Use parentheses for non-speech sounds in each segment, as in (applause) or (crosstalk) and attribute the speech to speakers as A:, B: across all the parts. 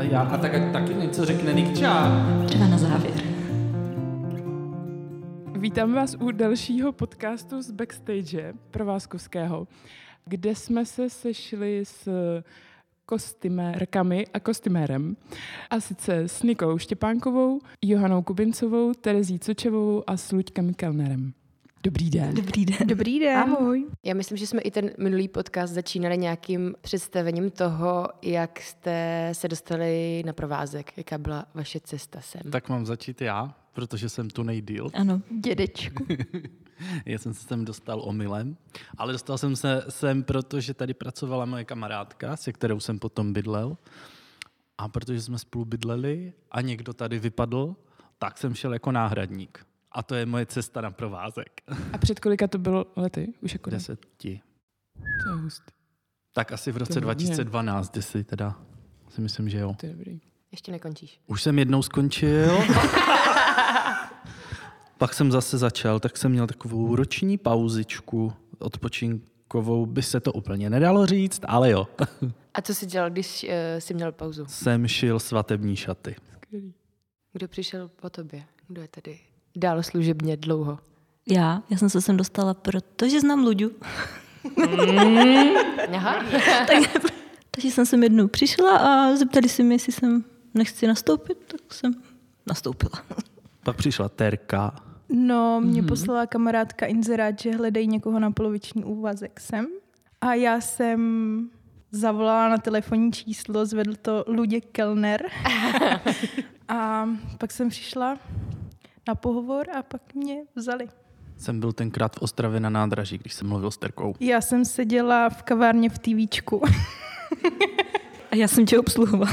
A: já, a tak ať taky něco řekne Nikča.
B: Třeba na závěr.
C: Vítám vás u dalšího podcastu z Backstage pro vás Kuského, kde jsme se sešli s kostymérkami a kostymérem. A sice s Nikou Štěpánkovou, Johanou Kubincovou, Terezí Cučevou a s Luďkem Kellnerem. Dobrý den.
B: Dobrý den.
D: Dobrý den.
E: Ahoj. Já myslím, že jsme i ten minulý podcast začínali nějakým představením toho, jak jste se dostali na provázek, jaká byla vaše cesta sem.
A: Tak mám začít já, protože jsem tu nejdíl.
B: Ano.
D: Dědečku.
A: Já jsem se sem dostal omylem, ale dostal jsem se sem, protože tady pracovala moje kamarádka, se kterou jsem potom bydlel. A protože jsme spolu bydleli a někdo tady vypadl, tak jsem šel jako náhradník. A to je moje cesta na provázek.
C: A před kolika to bylo lety? Už jako ne?
A: Deseti.
C: To je hustý.
A: Tak asi v roce
C: hodně.
A: 2012, jestli teda si myslím, že jo.
C: To je dobrý.
E: Ještě nekončíš.
A: Už jsem jednou (laughs) skončil. Pak jsem zase začal, tak jsem měl takovou roční pauzičku odpočinkovou, by se to úplně nedalo říct, ale jo.
E: A co jsi dělal, když uh, jsi měl pauzu?
A: Jsem šil svatební šaty.
C: Skvělý.
E: Kdo přišel po tobě? Kdo je tady dál služebně dlouho?
B: Já, já jsem se sem dostala, protože znám Luďu. (laughs)
E: Aha.
B: Takže jsem sem jednou přišla a zeptali se mi, jestli jsem nechci nastoupit, tak jsem nastoupila.
A: Pak přišla Terka.
D: No, mě poslala kamarádka inzerát, že hledají někoho na poloviční úvazek sem. A já jsem zavolala na telefonní číslo, zvedl to Luděk Kellner. a pak jsem přišla na pohovor a pak mě vzali.
A: Jsem byl tenkrát v Ostravě na nádraží, když jsem mluvil s Terkou.
D: Já jsem seděla v kavárně v TVčku.
B: A já jsem tě obsluhovala.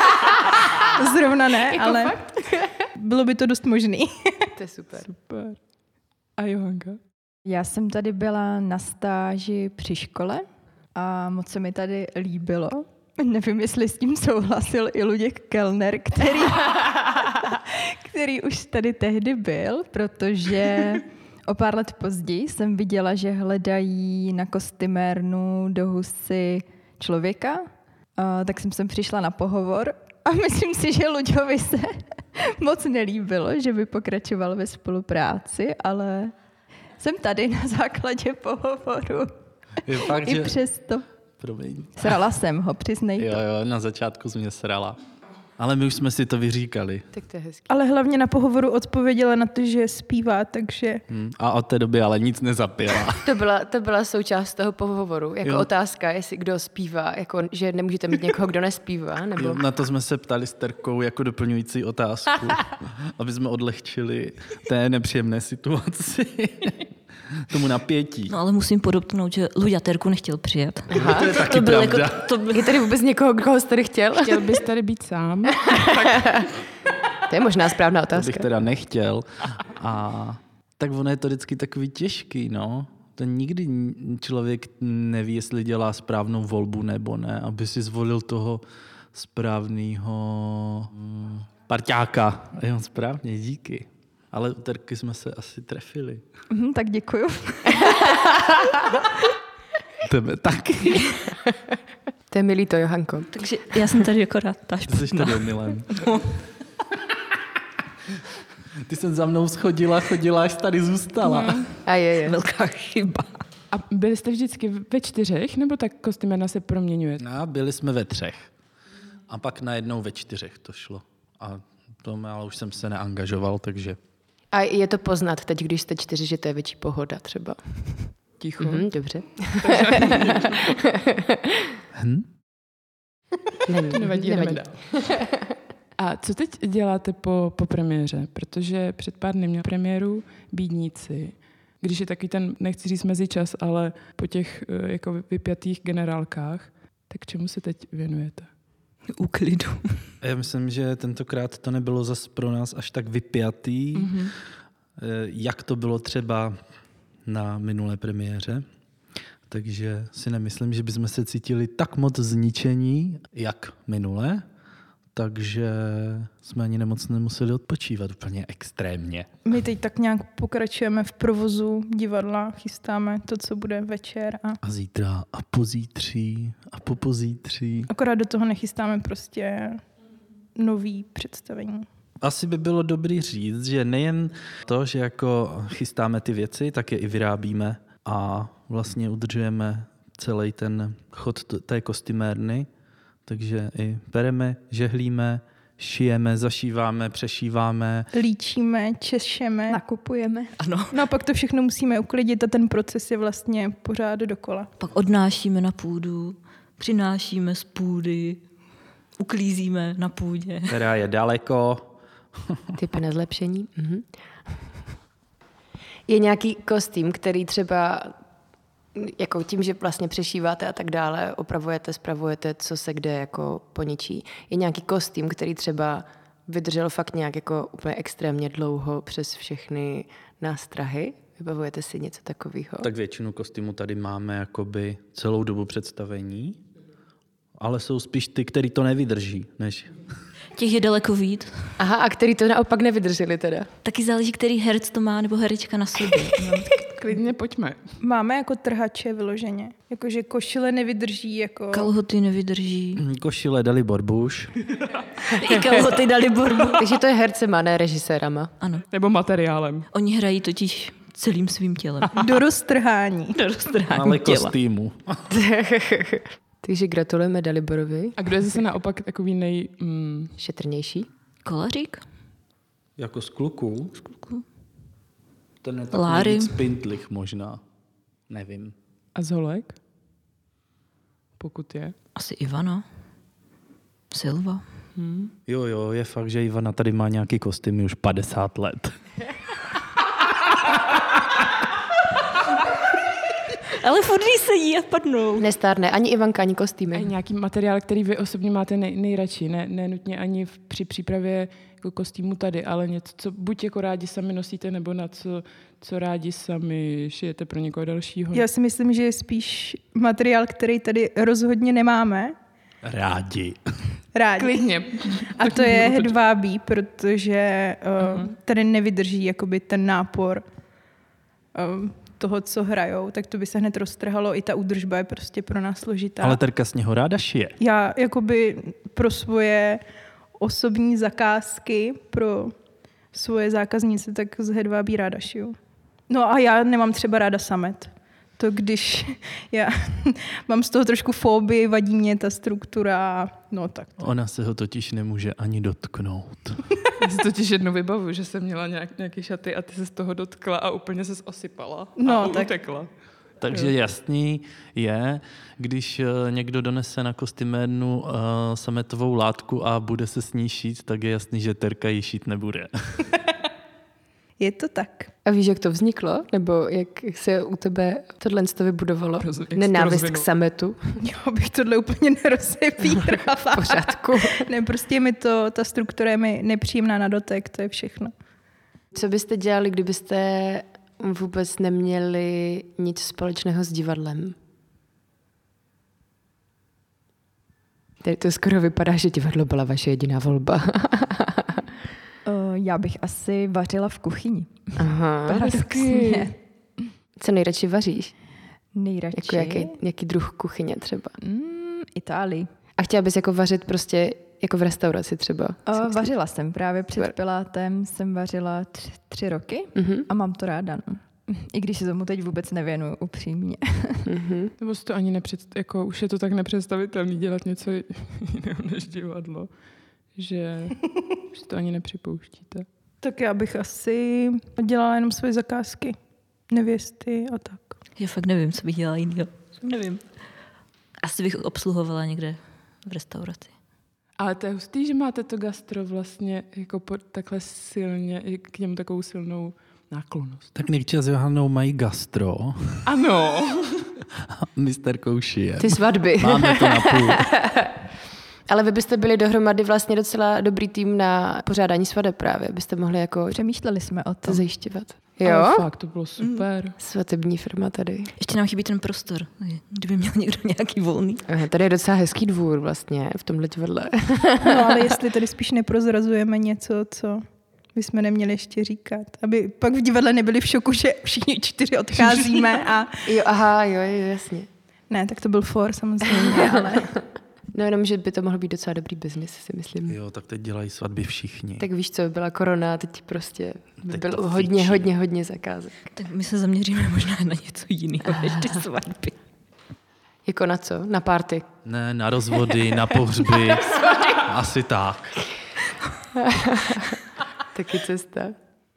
D: (laughs) Zrovna ne, ale bylo by to dost možný.
E: To je super.
C: Super. A Johanka?
F: Já jsem tady byla na stáži při škole a moc se mi tady líbilo. (laughs) Nevím, jestli s tím souhlasil i Luděk Kellner, který, (laughs) který už tady tehdy byl, protože o pár let později jsem viděla, že hledají na kostymérnu do husy člověka, a tak jsem sem přišla na pohovor a (laughs) myslím si, že Luďovi se (laughs) moc nelíbilo, že by pokračoval ve spolupráci, ale jsem tady na základě pohovoru.
A: Je fakt,
F: I přesto.
A: Promiň.
F: Srala jsem ho, přiznej
A: Jo,
F: to.
A: jo, na začátku jsi mě srala. Ale my už jsme si to vyříkali.
E: Tak to je hezký.
D: Ale hlavně na pohovoru odpověděla na to, že zpívá, takže
A: Hm, A od té doby ale nic nezapila.
E: To byla, to byla součást toho pohovoru, jako
A: Jo.
E: jo. otázka, jestli kdo zpívá, jako, že nemůžete mít někoho, kdo nespívá, nebo...
A: Jo, na to jsme se ptali s Terkou jako doplňující
B: (laughs)
A: otázku, aby jsme odlehčili té nepříjemné situaci,
B: (laughs)
A: tomu napětí.
B: No ale musím podobnout, že Luďa Terku nechtěl přijet.
A: No, to je taky
B: To byl jako,
A: pravda.
B: to byl,
E: Je tady vůbec někoho, koho jsi tady chtěl?
C: Chtěl bys tady být sám?
E: To je možná správná
A: To bych
E: otázka.
A: teda nechtěl. A tak ono je to vždycky takový těžký, no. To nikdy n- člověk neví, jestli dělá správnou volbu nebo ne, aby si zvolil toho správného mm, parťáka. A jo, správně, díky. Ale u Terky jsme se asi trefili.
F: Mhm,
A: (laughs)
F: tak děkuju.
A: Tebe taky.
E: To je milý to, Johanko.
B: takže já jsem tady akorát ta
A: Ty jsi
B: špatná.
A: tady
F: (laughs)
A: omylem. Ty jsem za mnou schodila, chodila, až tady zůstala.
F: Mhm.
E: A je, je.
B: Velká chyba.
C: A byli jste vždycky ve čtyřech, nebo tak kostymérna se proměňuje?
A: No, byli jsme ve třech. A pak najednou ve čtyřech to šlo. A to m- ale už jsem se neangažoval, takže...
E: A je to poznat teď, když jste čtyři, že to je větší pohoda třeba. Ticho. Mhm, dobře. Není,
C: Nevadí, nevadí. A co teď děláte po, po premiéře? Protože před pár dny měl premiéru Bídníci, když je taky ten, nechci říct mezičas, ale po těch eh, jako vypjatých generálkách, tak čemu se teď věnujete?
B: Uklidu.
A: Já myslím, že tentokrát to nebylo zas pro nás až tak vypjatý, mm-hmm. jak to bylo třeba na minulé premiéře. Takže si nemyslím, že bychom se cítili tak moc zničení, jak minule, takže jsme ani nemoc nemuseli odpočívat úplně extrémně.
D: My teď tak nějak pokračujeme v provozu divadla, chystáme to, co bude večer a
A: A zítra a pozítří a popozítří.
D: akorát do toho nechystáme prostě nový představení.
A: Asi by bylo dobrý říct, že nejen to, že jako chystáme ty věci, tak je i vyrábíme a vlastně udržujeme celý ten chod t- té kostymérny, takže i pereme, žehlíme, šijeme, zašíváme, přešíváme.
D: Líčíme, češeme.
F: Nakupujeme.
D: No a pak to všechno musíme uklidit a ten proces je vlastně pořád dokola.
B: Pak odnášíme na půdu, přinášíme z půdy, uklízíme na půdě.
A: která je daleko.
E: Typy na zlepšení. Mhm. Je nějaký kostým, který třeba jako tím, že vlastně přešíváte a tak dále, opravujete, spravujete, co se kde jako poničí. Je nějaký kostým, který třeba vydržel fakt nějak jako úplně extrémně dlouho přes všechny nástrahy? Vybavujete si něco takového?
A: Tak většinu kostýmu tady máme jakoby celou dobu představení, ale jsou spíš ty, který to nevydrží, než
B: Těch je daleko víc.
E: Aha, a který to naopak nevydrželi teda?
B: Taky záleží, který herec to má nebo herečka na sobě.
C: Klidně pojďme.
D: Máme jako trhače vyloženě. Jakože košile nevydrží jako...
B: (laughs) Kalhoty nevydrží.
A: košile Dalibor Bush.
B: (laughs) I kalhoty dali borbu.
E: Takže to je hercema, ne režisérama.
B: Ano,
C: Nebo materiálem.
B: oni hrají totiž celým svým (laughs) tělem.
D: Do roztrhání.
B: Do roztrhání
A: Ale
B: těla.
A: kostýmu.
E: Takže gratulujeme Daliborovi.
C: A kdo je zase naopak takový nej... Mm,
E: Šetrnější.
B: Kolařík?
A: Jako z kluků.
B: Kluku?
A: Ten je takový
B: Láry.
A: víc pintlich možná. Nevím.
C: a zholek? Pokud je.
B: Asi Ivana. Silva.
A: Jo, jo, je fakt, že Ivana tady má nějaký kostýmy už 50 let.
B: Ale furt jí sedí a padnou.
E: Nestárne ani Ivanka, ani kostýmy.
C: A nějaký materiál, který vy osobně máte nej, nejradši, ne, ne nutně ani v, při přípravě jako kostýmu tady, ale něco, co buď jako rádi sami nosíte, nebo na co, co rádi sami šijete pro někoho dalšího.
D: Já si myslím, že je spíš materiál, který tady rozhodně nemáme
A: Rádi.
D: rádi.
C: Klidně.
D: A
C: (laughs)
D: to je hedvábí, protože
C: Mhm.
D: uh, tady nevydrží jakoby ten nápor um, toho, co hrajou, tak to by se hned roztrhalo. I ta údržba je prostě pro nás složitá.
A: Ale Terka z něho ráda šije.
D: Já jakoby pro svoje osobní zakázky, pro svoje zákaznice, tak z hedvábí ráda šiju. No a já nemám třeba ráda samet. To když (laughs) já mám z toho trošku fobii, vadí mě ta struktura, no tak.
A: Ona se ho totiž nemůže ani (laughs) dotknout.
C: Já (laughs) si totiž jednou vybavu, že jsem měla nějak, nějaký šaty a ty se z toho dotkla a úplně se osypala.
D: No,
C: a
D: tak-
C: utekla.
A: Takže jasný je, když eh, někdo donese na kostymérnu eh, sametovou látku a bude se s ní šít, tak je jasný, že Terka ji šít nebude.
D: Je to tak. (laughs)
E: A víš, jak to vzniklo? Nebo jak se u tebe tohle to vybudovalo?
C: Roz- jak se to
E: Nenávist k
C: rozvinulo?
E: sametu?
C: (laughs)
D: Já bych tohle úplně nerozebírala.
E: pořádku.
D: (laughs) ne, prostě mi to, ta struktura je mi nepříjemná na dotek, to je všechno.
E: Co byste dělali, kdybyste vůbec neměli nic společného s divadlem? Tady to skoro vypadá, že divadlo byla vaše
C: (laughs)
E: jediná volba.
F: Uh, já bych asi vařila v kuchyni.
E: Aha.
F: Paradoxně.
E: Co nejradši vaříš? Jako
F: Nejradši.
E: jaký, jaký druh kuchyně třeba?
F: Mm, Itálii.
E: A chtěla bys jako vařit prostě jako v restauraci třeba?
F: Uh, vařila jsem právě
E: Super.
F: před Pilátem, jsem vařila tři, tři roky
E: Mhm.
F: a mám to ráda. No. (laughs) I když se tomu teď vůbec nevěnuju upřímně.
E: Mhm.
C: (laughs) Nebo si to ani nepředst- jako už je to tak nepředstavitelné dělat něco (laughs) jiného než divadlo, že už si to ani nepřipouštíte.
D: Tak já bych asi dělala jenom svoje zakázky. Nevěsty a tak.
B: Já fakt nevím, co bych dělala jinýho. Nevím. Asi bych obsluhovala někde v restauraci.
C: Ale to je hustý, že máte to gastro vlastně jako po, takhle silně, i k němu takovou silnou náklonost.
A: Tak Nikča s Johanou mají gastro (laughs)
C: (laughs) Ano.
A: a my s Terkou šije.
E: Ty svatby.
A: Máme to na půl.
E: (laughs) Ale vy byste byli dohromady vlastně docela dobrý tým na pořádání svadeb právě, byste mohli jako
F: Přemýšleli jsme o
E: to
F: tom.
E: zajišťovat. Jo?
C: Ale fakt, to bylo super.
E: Svatební firma tady.
B: Ještě nám chybí ten prostor, takže kdyby měl někdo nějaký volný.
E: Aha, tady je docela hezký dvůr vlastně, v tomhle divadle.
D: No ale jestli tady spíš neprozrazujeme něco, co bychom neměli ještě říkat. Aby pak v divadle nebyli v šoku, že všichni čtyři odcházíme
C: (laughs)
D: a...
E: (laughs) Jo, aha, jo, jo, jasně.
D: Ne, tak to byl
C: (laughs)
D: for samozřejmě, ale...
E: No jenom, že by to mohl být docela dobrý biznis, si myslím.
A: Jo, tak teď dělají svatby všichni.
E: Tak víš co, byla korona, teď prostě by
A: Teď
E: bylo
A: to
E: hodně,
A: fičí.
E: hodně, hodně zakázek.
B: Tak my se zaměříme možná na něco jiného než ty svatby.
E: Jako na co? Na párty.
A: Ne, na rozvody, na pohřby. Asi tak.
E: Taky cesta.
C: Mm.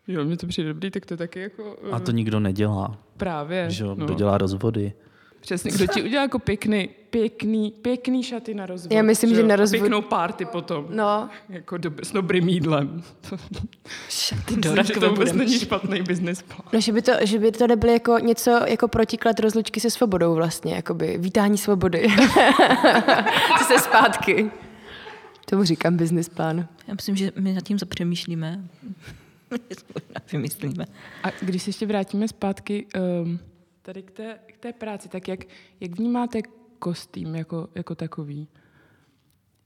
C: Jo, mně to přijde dobrý, tak to taky jako...
A: A to nikdo nedělá.
C: Právě. no.
A: Že jo, kdo dělá rozvody.
C: Přesně, kdo ti udělá jako pěkný, pěkný, pěkný šaty na rozvod.
E: Já myslím, že
C: jo?
E: na
C: A
E: rozvod-
C: Pěknou párty potom.
E: No,
C: Jako dob- s dobrým jídlem. (laughs) To, (laughs)
B: Šaty do
C: myslím, že
B: rakve
C: to vůbec
B: budeme.
C: není špatný business plán.
E: no že, by to, že by to nebylo jako něco jako protiklad rozlučky se svobodou vlastně, jakoby
C: (laughs)
E: vítání svobody. Ty se zpátky. Tomu říkám business plán.
B: Já myslím, že my nad tím zapřemýšlíme. (laughs) Možná vymyslíme.
C: A když se ještě vrátíme zpátky um, tady k té, k té práci, tak jak, jak vnímáte kostým jako, jako takový?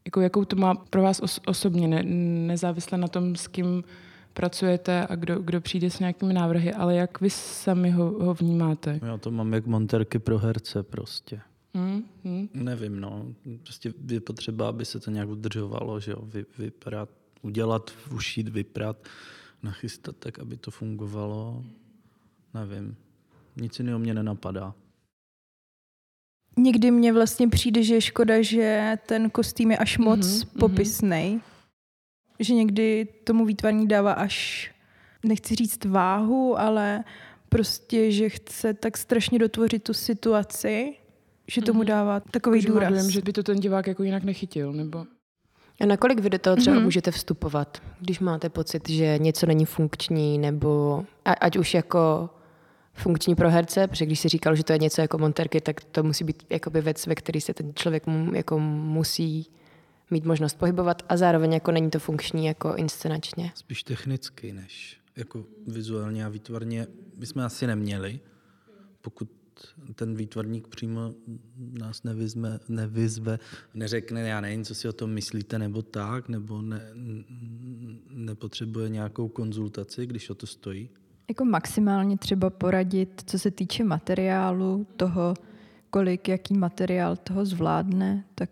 C: Jako, jakou to má pro vás os- osobně, ne, nezávisle na tom, s kým pracujete a kdo, kdo přijde s nějakými návrhy, ale jak vy sami ho, ho vnímáte?
A: Já to mám jak monterky pro herce prostě.
C: Hm? Hm?
A: Nevím, no. Prostě je potřeba, aby se to nějak udržovalo, že jo. Vy, vyprat, udělat, ušít, vyprat, nachystat tak, aby to fungovalo. Nevím. Nic jiného mě nenapadá.
D: Někdy mně vlastně přijde, že je škoda, že ten kostým je až moc
C: Mhm,
D: mm-hmm,
C: mhm.
D: popisný. Že někdy tomu výtvarní dává až, nechci říct váhu, ale prostě, že chce tak strašně dotvořit tu situaci, že tomu
C: Mhm.
D: dává takový
C: Že má
D: důraz.
C: Dojem, že by to ten divák jako jinak nechytil, nebo...
E: A nakolik vy do toho třeba
D: Mhm.
E: mm-hmm. můžete vstupovat, když máte pocit, že něco není funkční, nebo a, ať už jako funkční pro herce, protože když si říkal, že to je něco jako monterky, tak to musí být jakoby věc, ve který se ten člověk mu, jako musí mít možnost pohybovat a zároveň jako není to funkční jako inscenačně.
A: Spíš technicky než jako vizuálně a výtvarně bychom asi neměli, pokud ten výtvarník přímo nás nevyzme, nevyzve, neřekne, já nevím, co si o tom myslíte, nebo tak, nebo ne, n- n- nepotřebuje nějakou konzultaci, když o to stojí.
F: Jako maximálně třeba poradit, co se týče materiálu, toho, kolik, jaký materiál toho zvládne, tak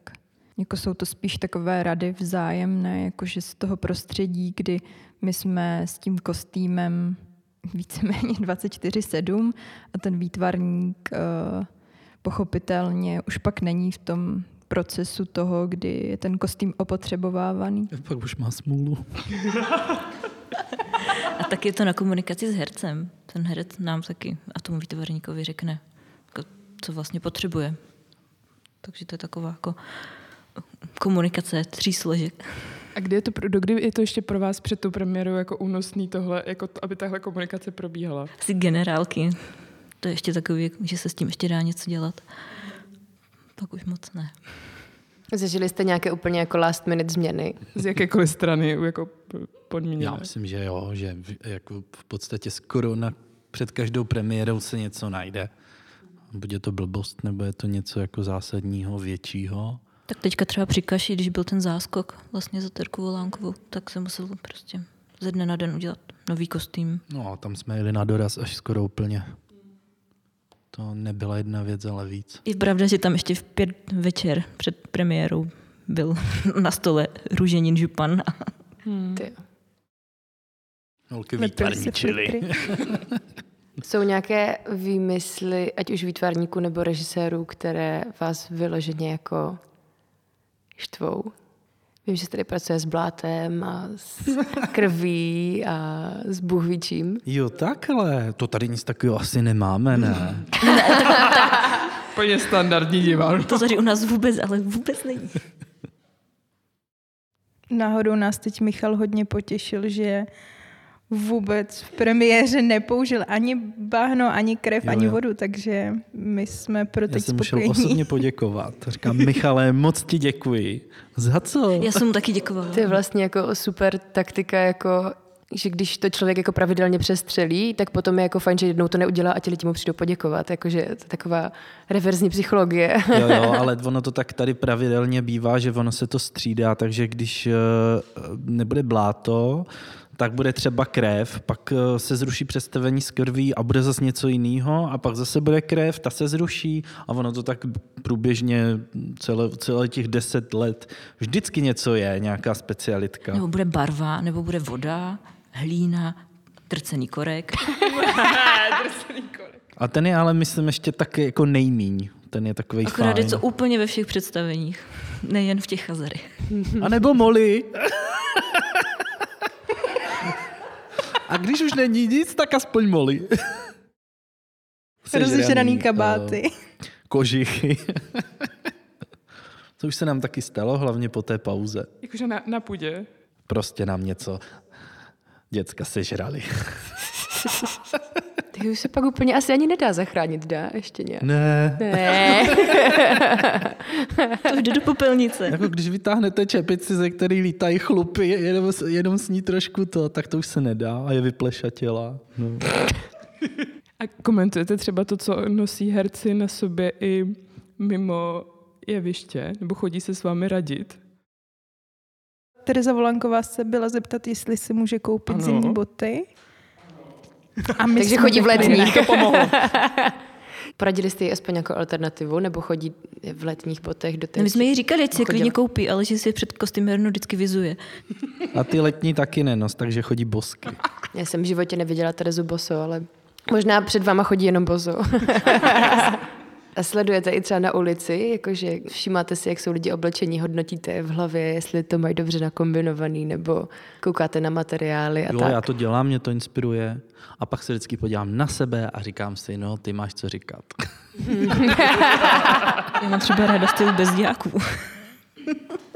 F: jako jsou to spíš takové rady vzájemné, jakože z toho prostředí, kdy my jsme s tím kostýmem (laughs) víceméně 24-7 a ten výtvarník eh, pochopitelně už pak není v tom procesu toho, kdy je ten kostým opotřebovávaný.
A: Pak už má smůlu.
B: A tak je to na komunikaci s hercem. Ten herec nám taky a tomu výtvarníkovi řekne, jako, co vlastně potřebuje. Takže to je taková jako komunikace tří složek.
C: A kdy je to, pro- dokdy je to ještě pro vás před tu premiérou jako únosný tohle, jako to, aby tahle komunikace probíhala?
B: Asi generálky. To je ještě takový, jako, že se s tím ještě dá něco dělat. Pak už moc ne.
E: Zažili jste nějaké úplně jako last minute změny?
C: Z jakékoliv strany, jako p- podmíněné.
A: Já myslím, že jo, že v- jako v podstatě skoro na, před každou premiérou se něco najde. Buď je to blbost, nebo je to něco jako zásadního, většího.
B: Tak teďka třeba při kaši, když byl ten záskok vlastně za Terku Volánkovou, tak jsem musel prostě ze dne na den udělat nový kostým.
A: No a tam jsme jeli na doraz až skoro úplně. To nebyla jedna věc, ale víc.
B: Je pravda, že tam ještě v pět večer před premiérou byl (laughs) na stole růženin župan a
D: Mhm.
C: Hmm.
E: Ty.
A: Holky
D: Lepili se
A: výtvarničily.
D: filtry.
E: Jsou nějaké výmysly, ať už výtvarníků nebo režisérů, které vás vyloženě jako štvou? Vím, že se tady pracuje s blátem a (laughs) s krví a s bůhvíčím.
A: Jo, takhle. To tady nic takového asi nemáme,
D: Hmm.
A: ne?
C: Úplně standardní diván.
B: to tady u nás vůbec, ale vůbec není.
D: Náhodou nás teď Michal hodně potěšil, že vůbec v premiéře nepoužil ani bahno, ani krev,
A: Jo,
D: jo, ani
A: jo.
D: vodu, takže my jsme pro
A: Já
D: teď
A: jsem musel
D: spokojení. (laughs)
A: osobně poděkovat. Říkám, Michale, moc ti děkuji. Za co?
B: Já jsem mu taky děkovala.
E: To je vlastně jako super taktika, jako že když to člověk jako pravidelně přestřelí, tak potom je jako fajn, že jednou to neudělá a ti lidi mu přijdou poděkovat. Jakože to je taková reverzní psychologie.
A: Jo, jo, ale ono to tak tady pravidelně bývá, že ono se to střídá, takže když eh, nebude bláto, tak bude třeba krev, pak eh, se zruší přestavení z krví a bude zase něco jiného a pak zase bude krev, ta se zruší a ono to tak průběžně celé, celé těch deset let vždycky něco je, nějaká specialitka.
B: Nebo bude barva, nebo bude voda, hlína, trcený korek.
A: A ten je ale, myslím, ještě tak jako nejmíň. Ten je takový
B: Akorát je
A: fajn.
B: to úplně ve všech představeních. Nejen v těch (laughs) chazarech.
A: A nebo Molly. A když už není nic, tak aspoň Molly.
D: Rozežraný
A: Sežraný,
D: kabáty.
A: eh, Kožichy. To už se nám taky stalo, hlavně po té pauze.
C: Jakože na, na půdě.
A: Prostě nám něco děcka sežrali.
E: (laughs) Tak už se pak úplně asi ani nedá zachránit, dá ještě nějak.
A: Ne.
E: (laughs) Ne.
B: To jde do popelnice.
A: Jako když vytáhnete čepici, ze který lítají chlupy, jenom, jenom s ní trošku to, tak to už se nedá a je vyplešatělá. No.
C: A komentujete třeba to, co nosí herci na sobě i mimo jeviště? Nebo chodí se s vámi radit?
D: Tereza Volanková se byla zeptat, jestli si může koupit
C: Ano.
D: zimní boty. A my
E: Takže
D: jsme
E: chodí v
D: řekli ne.
E: letních.
F: (laughs)
E: To pomohlo. (laughs) Poradili jste jí aspoň jako alternativu, nebo chodí v letních botech do té...
B: No, my jsme jí říkali, ať si je
E: Chodila.
B: klidně koupí, ale že si je před kostymérnu vždycky vizuje.
A: A ty letní taky nenos, takže chodí bosky.
E: Já jsem v životě neviděla Terezu Boso, ale možná před váma chodí jenom Bozo. A sledujete i třeba na ulici, jakože všímáte si, jak jsou lidi oblečení, hodnotíte v hlavě, jestli to mají dobře nakombinovaný, nebo koukáte na materiály a
A: Jo,
E: tak.
A: já to dělám, mě to inspiruje. A pak se vždycky podívám na sebe a říkám si, no, ty máš co říkat. (laughs)
B: Já mám třeba ráda styl bez diáků.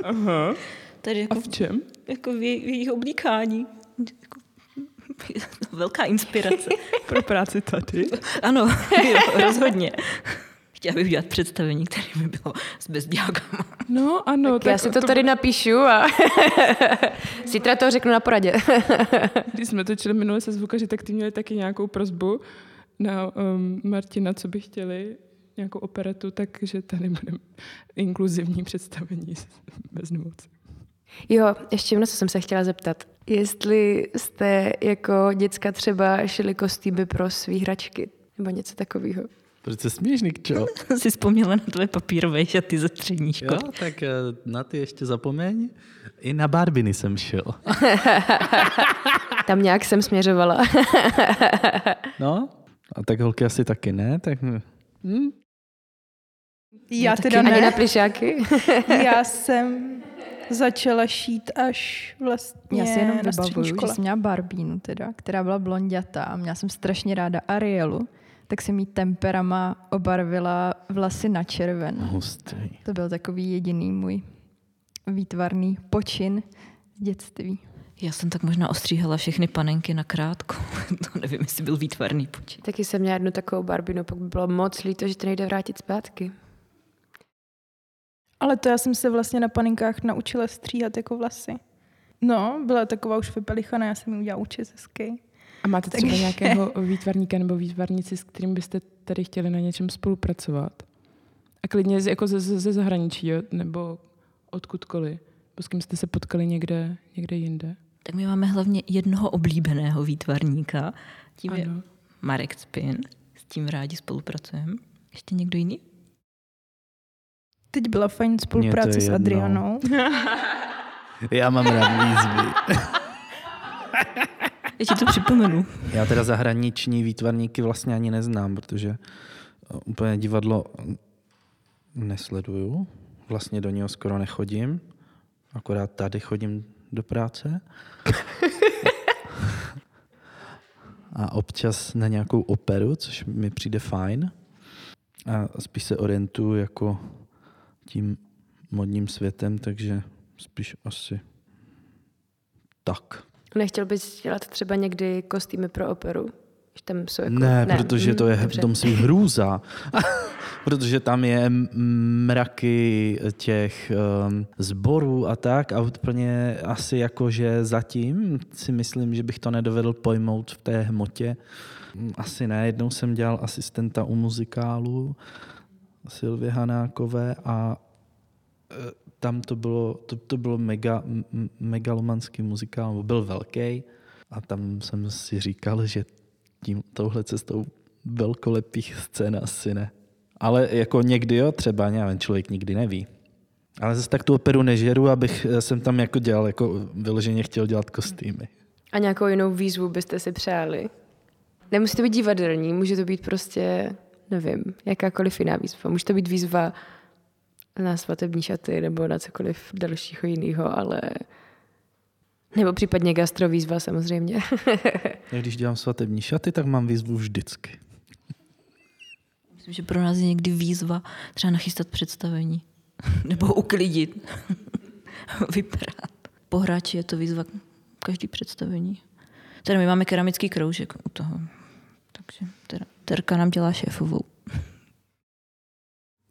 C: Aha.
B: Tady
C: A
B: jako,
C: v čem?
B: jako v, jej, v jejich oblíkání. Jako, je to (laughs) velká (laughs) inspirace.
C: Pro práci tady.
B: Ano, (laughs) jo, rozhodně. Chtěla bych udělat představení, které by bylo s (laughs) bezdiákama.
C: No ano.
E: tak já si to tady napíšu a (laughs) zítra to řeknu na poradě.
C: Když jsme točili minule se zvukaři, tak ty měli taky nějakou prozbu na um, Martina, co by chtěli, nějakou operetu, takže tady bude inkluzivní představení (laughs) bez nemoci.
E: Jo, ještě jedno, co jsem se chtěla zeptat. Jestli jste jako děcka třeba šili kostýmy pro svý hračky, nebo něco takového.
A: Proč se smíš, (laughs) Nikčo?
B: si vzpomněla na tvoje papírové šaty ze střední
A: Jo,
B: školy.
A: tak eh, na ty ještě zapomeň. I na Barbiny jsem (laughs) šel.
E: Tam nějak
A: (laughs)
E: jsem směřovala.
A: No, a tak holky asi taky ne, tak... Hm?
D: Já
B: No,
D: teda
E: Ani na
D: ne.
E: plišáky.
D: Já jsem začala šít až vlastně
F: Já si jenom
D: na střední
F: vybavuju, že
D: škole.
F: jsem měla Barbínu teda, která byla blondětá a měla jsem strašně ráda Arielu, tak jsem jí temperama obarvila vlasy na červen.
A: No. Hustý.
F: To byl takový jediný můj výtvarný počin z dětství.
B: Já jsem tak možná ostříhala všechny panenky na krátko. (laughs) to nevím, jestli byl výtvarný počin.
E: Taky jsem měla jednu takovou barbinu, pak by bylo moc líto, že to nejde
A: (laughs)
E: vrátit zpátky.
D: Ale to já jsem se vlastně na paninkách naučila stříhat jako vlasy. No, byla taková už vypelichaná, já jsem ji udělala účes hezky.
C: A máte
D: třeba
C: třeba (laughs)
D: Takže-
C: nějakého výtvarníka nebo výtvarnici, s kterým byste tady chtěli na něčem spolupracovat? A klidně z- jako ze, ze ze zahraničí, jo? nebo odkudkoliv. Nebo s kým jste se potkali někde, někde jinde.
B: Tak my máme hlavně jednoho oblíbeného výtvarníka. Tím je
C: Ano.
B: Marek Spin. S tím rádi spolupracujeme. Ještě někdo jiný?
D: Teď byla fajn spolupráce s
A: jedno.
D: Adrianou.
A: Já mám rád výzvy.
B: Já ti to připomenu.
A: Já teda zahraniční výtvarníky vlastně ani neznám, protože eh, úplně divadlo hm, nesleduju. Vlastně do něho skoro nechodím. Akorát tady chodím do práce. A občas na nějakou operu, což mi přijde fajn. A spíš se orientuju jako tím modním světem, takže spíš asi tak.
E: Nechtěl bys dělat třeba někdy kostýmy pro operu? Že Tam jsou jako...
A: Ne, protože
E: Mm,
A: to je
E: dobře.
A: dom svých hrůza. (laughs) protože tam je mraky těch um, zborů a tak a úplně asi jako, že zatím si myslím, že bych to nedovedl pojmout v té hmotě. Mm, Asi ne, jednou jsem dělal asistenta u muzikálu Silvie Hanákové a e, tam to bylo, to, to bylo mega, m- megalomanský muzikál, byl velký a tam jsem si říkal, že tím, touhle cestou velkolepých scén asi ne. Ale jako někdy jo, třeba, já vím, člověk nikdy neví. Ale zase tak tu operu nežeru, abych eh, jsem tam jako dělal, jako vyloženě chtěl dělat kostýmy.
E: A nějakou jinou výzvu byste si přáli? Nemusí to být divadelní, může to být prostě, nevím, jakákoliv jiná výzva. Může to být výzva na svatební šaty nebo na cokoliv dalšího jiného, ale... Nebo případně gastrovýzva samozřejmě.
A: Já když dělám svatební šaty, tak mám výzvu vždycky.
B: Myslím, že pro nás je někdy výzva třeba nachystat představení. (laughs) Nebo uklidit. (laughs) Vyprát. Po hráči je to výzva každý představení. Teda my máme keramický kroužek u toho. Takže teda, Terka nám dělá šéfovou.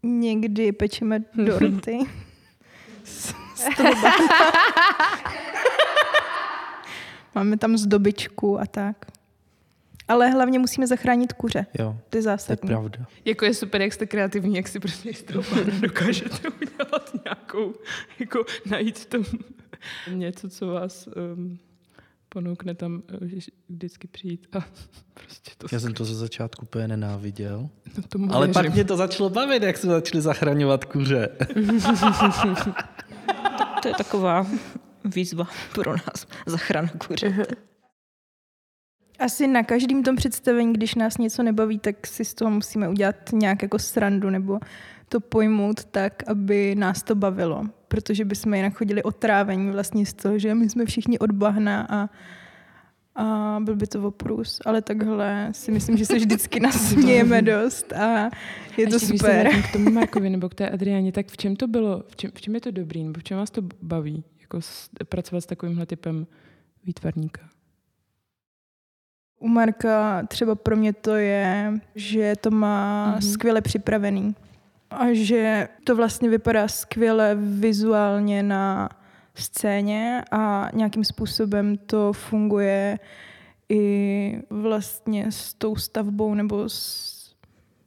D: Někdy pečeme
F: (laughs)
D: dorty. S- s truba. Máme tam zdobičku a tak. Ale hlavně musíme zachránit kuře.
A: Jo,
D: To je
A: to je
D: zásadní.
A: pravda.
C: Jako je super, jak jste kreativní, jak si prostě z toho pánu dokážete udělat nějakou, jako najít v tom (laughs) něco, co vás um, ponoukne tam eh, že vždycky přijít a (laughs) prostě to...
A: Já jsem to ze začátku úplně nenáviděl.
C: No tomu
A: Ale
C: věřím.
A: pak mě to začalo bavit, jak jsme začali zachraňovat kuře.
B: To je taková výzva pro nás. (laughs) Zachrana kuře.
D: Asi na každém tom představení, když nás něco nebaví, tak si z toho musíme udělat nějak jako srandu nebo to pojmout tak, aby nás to bavilo. Protože bychom jinak chodili otrávení vlastně z toho, že my jsme všichni od bahna a, a byl by to oprus. Ale takhle si myslím, že
C: (laughs)
D: se vždycky nasmějeme dost a je
C: A
D: to
C: ještě, když se
D: super.
C: vrátím K tomu Markovi nebo k té Adriáně, tak v čem to bylo, v čem, v čem je to dobrý, nebo v čem vás to baví, jako s, pracovat s takovýmhle typem výtvarníka?
D: U Marka třeba pro mě to je, že to má
C: Mhm.
D: mm-hmm. skvěle připravený a že to vlastně vypadá skvěle vizuálně na scéně a nějakým způsobem to funguje i vlastně s tou stavbou nebo s,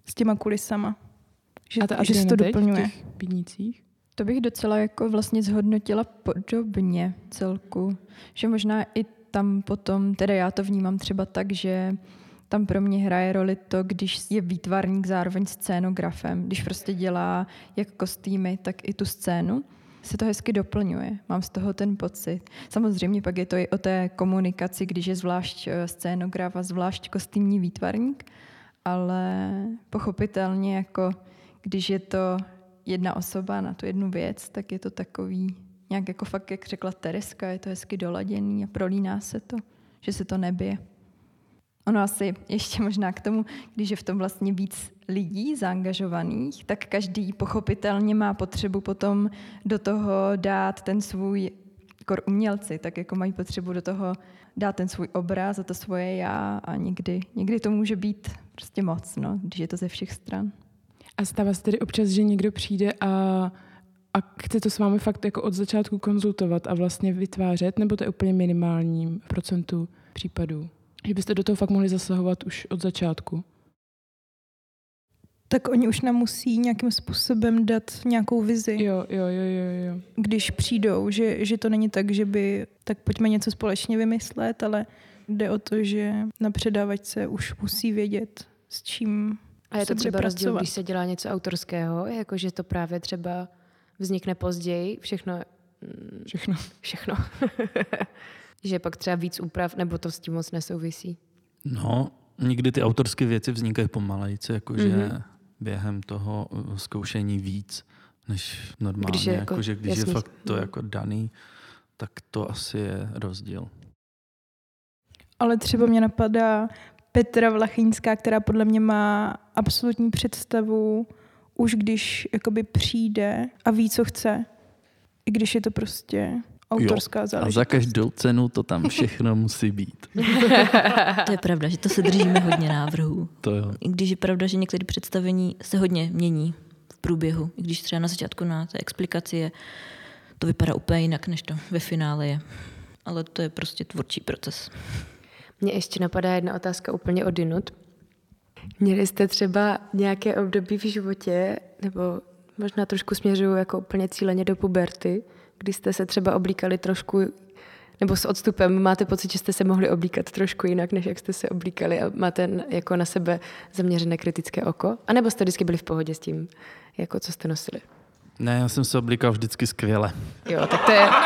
D: s těma kulisama. Že,
C: a ta
D: že se
C: Adriana
D: to
C: teď
D: doplňuje.
C: v těch bídnicích?
F: To bych docela jako vlastně zhodnotila podobně celku. Že možná i tam potom, teda já to vnímám třeba tak, že tam pro mě hraje roli to, když je výtvarník zároveň scénografem. Když prostě dělá jak kostýmy, tak i tu scénu, se to hezky doplňuje. Mám z toho ten pocit. Samozřejmě pak je to i o té komunikaci, když je zvlášť eh, scénograf a zvlášť kostýmní výtvarník, ale pochopitelně jako když je to jedna osoba na tu jednu věc, tak je to takový nějak jako fakt, jak řekla Tereska, je to hezky doladěný a prolíná se to, že se to nebije. Ono asi ještě možná k tomu, když je v tom vlastně víc lidí zaangažovaných, tak každý pochopitelně má potřebu potom do toho dát ten svůj, jako umělci, tak jako mají potřebu do toho dát ten svůj obraz a to svoje já a někdy, někdy to může být prostě moc, no, když je to ze všech stran.
C: A stává se tedy občas, že někdo přijde a, a chce to s vámi fakt jako od začátku konzultovat a vlastně vytvářet, nebo to je úplně minimální procentu případů? Že byste do toho fakt mohli zasahovat už od začátku.
D: Tak oni už nám musí nějakým způsobem dát nějakou vizi.
C: Jo, jo, jo, jo, jo.
D: když přijdou, že, že to není tak, že by, tak pojďme něco společně vymyslet, ale jde o to, že na předávačce už musí vědět, s čím
E: A je to
D: se bude
E: třeba rozdíl,
D: pracovat.
E: když se dělá něco autorského, jakože to právě třeba vznikne později, všechno, mm,
C: Všechno.
E: všechno. (laughs) že pak třeba víc úprav, nebo to s tím moc (laughs) nesouvisí.
A: No, někdy ty autorské věci vznikají pomalejce, jakože
E: Mhm.
A: mm-hmm. během toho eh, zkoušení víc, než normálně.
E: Když
A: Když
E: je
A: je,
E: jako
A: jako, že když
E: jasný.
A: je fakt to
E: Mhm.
A: jako daný, tak to asi je rozdíl.
D: Ale třeba mě napadá Petra Vlachyňská, která podle mě má absolutní představu, už když jakoby přijde a ví, co chce. I když je to prostě autorská
A: A
D: záležitost.
A: za každou cenu to tam všechno musí být.
B: To je pravda, že to se držíme hodně návrhů.
A: To jo.
B: I když je pravda, že některé představení se hodně mění v průběhu. I když třeba na začátku na té explikaci je, to vypadá úplně jinak, než to ve finále je. Ale to je prostě tvůrčí proces.
E: Mně ještě napadá jedna otázka úplně odinut. Měli jste třeba nějaké období v životě, nebo možná trošku směřuju jako úplně cíleně do puberty, kdy jste se třeba oblíkali trošku, nebo s odstupem máte pocit, že jste se mohli oblíkat trošku jinak, než jak jste se oblíkali a máte n- jako na sebe zaměřené kritické oko? A nebo jste vždycky byli v pohodě s tím, jako co jste nosili?
A: Ne, já jsem se oblíkal vždycky skvěle.
E: Jo, tak to je...
C: (laughs)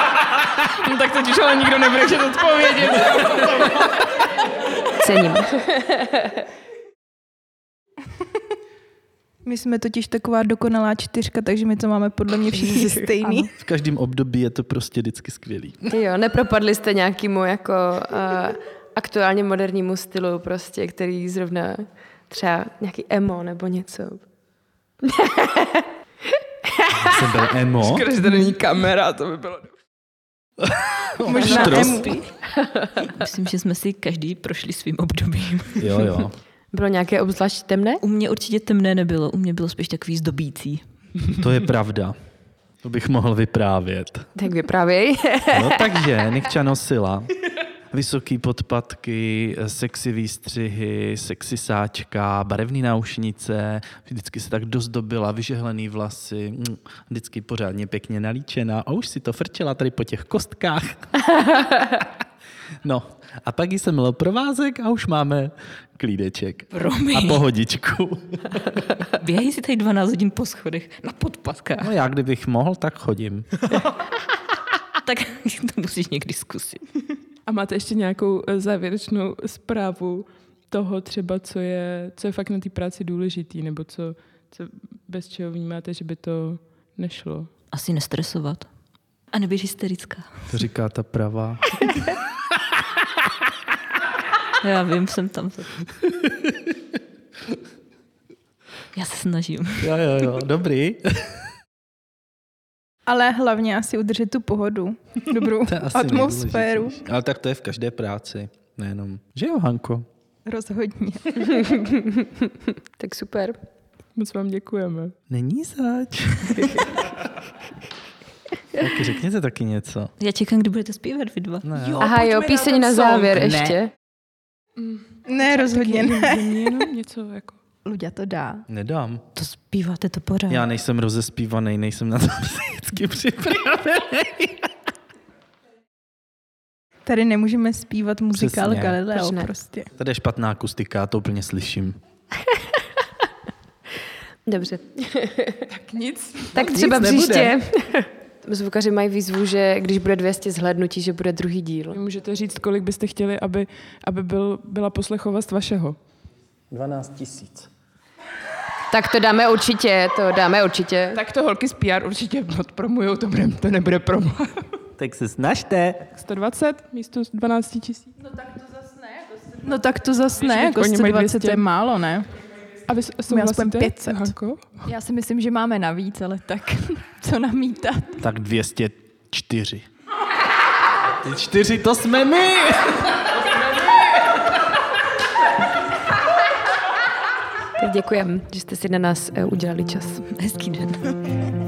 C: No tak teď už ale nikdo nebude že odpovědět.
E: Cením.
D: My jsme totiž taková dokonalá čtyřka, takže my to máme
A: (laughs)
D: podle mě všichni stejný.
A: V každém období je to prostě vždycky skvělý.
E: (laughs) Jo, nepropadli jste nějakému jako uh, aktuálně modernímu stylu prostě, který zrovna třeba nějaký emo nebo něco.
A: Jsem byl emo.
C: Když tady není kamera, to
A: (laughs)
C: by bylo...
D: Možná
A: Štrost.
D: emu.
B: Myslím, že jsme si každý prošli svým obdobím.
A: Jo, jo.
E: Bylo nějaké obzvlášť temné?
B: U mě určitě temné nebylo, u mě bylo spíš takový zdobící.
A: To je pravda. To bych mohl vyprávět.
E: Tak vyprávěj. (laughs)
A: No, takže Nikča nosila vysoký podpatky, sexy výstřihy, sexy sáčka, barevné náušnice, vždycky se tak dozdobila, vyžehlený vlasy, mm, vždycky pořádně pěkně nalíčená a už si to frčela tady po těch kostkách. No, a pak jí jsem měl provázek a už máme klídeček.
B: Promiň.
A: A pohodičku.
B: Běhají si tady 12 hodin po schodech na podpatkách.
A: No já kdybych mohl, tak chodím.
B: Tak (laughs) to musíš někdy zkusit.
C: A máte ještě nějakou eh, závěrečnou zprávu toho třeba, co je, co je fakt na té práci důležitý, nebo co, co bez čeho vnímáte, že by to nešlo?
B: Asi nestresovat. A nebýt hysterická.
A: To říká ta pravá.
B: Já vím, jsem tam. Já se snažím.
A: Jo, jo, jo, dobrý.
D: Ale hlavně asi udržet tu pohodu,
A: (laughs)
D: dobrou
A: To je asi
D: atmosféru.
A: nejdůležitější. Ale tak to je v každé práci, nejenom. Že jo, Hanko?
D: Rozhodně.
E: tak super.
C: Moc vám děkujeme.
A: Není zač. (laughs) tak řekněte taky něco.
B: Já čekám, kdy budete zpívat vy dva.
A: Ne.
D: Jo,
E: Aha, jo,
D: pojďme
E: píseň
D: ten
E: na
D: song.
E: závěr
B: Ne.
E: ještě.
C: Mm.
D: Ne, rozhodně ne.
C: jako jenom něco jako...
F: Luďa to dá.
A: Nedám.
B: To zpíváte to pořád.
A: Já nejsem rozespívaný, nejsem na to (laughs) psychicky připravený.
D: (laughs) Tady nemůžeme zpívat muzikál
A: Přesně.
D: Galileo
E: Proč ne?
D: prostě.
A: Tady je špatná akustika, já to úplně slyším.
E: Dobře.
C: Tak nic.
E: Tak třeba příště. Zvukaři mají výzvu, že když bude 200 zhlédnutí, že bude druhý díl.
C: Můžete říct, kolik byste chtěli, aby, aby byl, byla poslechovost vašeho?
A: 12 tisíc.
E: Tak to dáme určitě, to dáme určitě.
C: Tak to holky z PR určitě odpromujou, to, bude, to nebude problém.
A: Tak se snažte.
C: 120 místo 12 tisíc.
D: No tak to zas ne,
C: Víš,
D: jako
C: oni mají
D: 120 to
C: 200.
D: je málo, ne?
C: A vy s- souhlasíte? jako?
D: 500.
C: Hanko?
F: Já si myslím, že máme navíc, ale
D: (laughs)
F: tak co namítat.
A: Tak 204. Ty čtyři, to jsme my!
E: Tak děkujem, že jste si na nás eh, udělali čas.
B: Hezký den.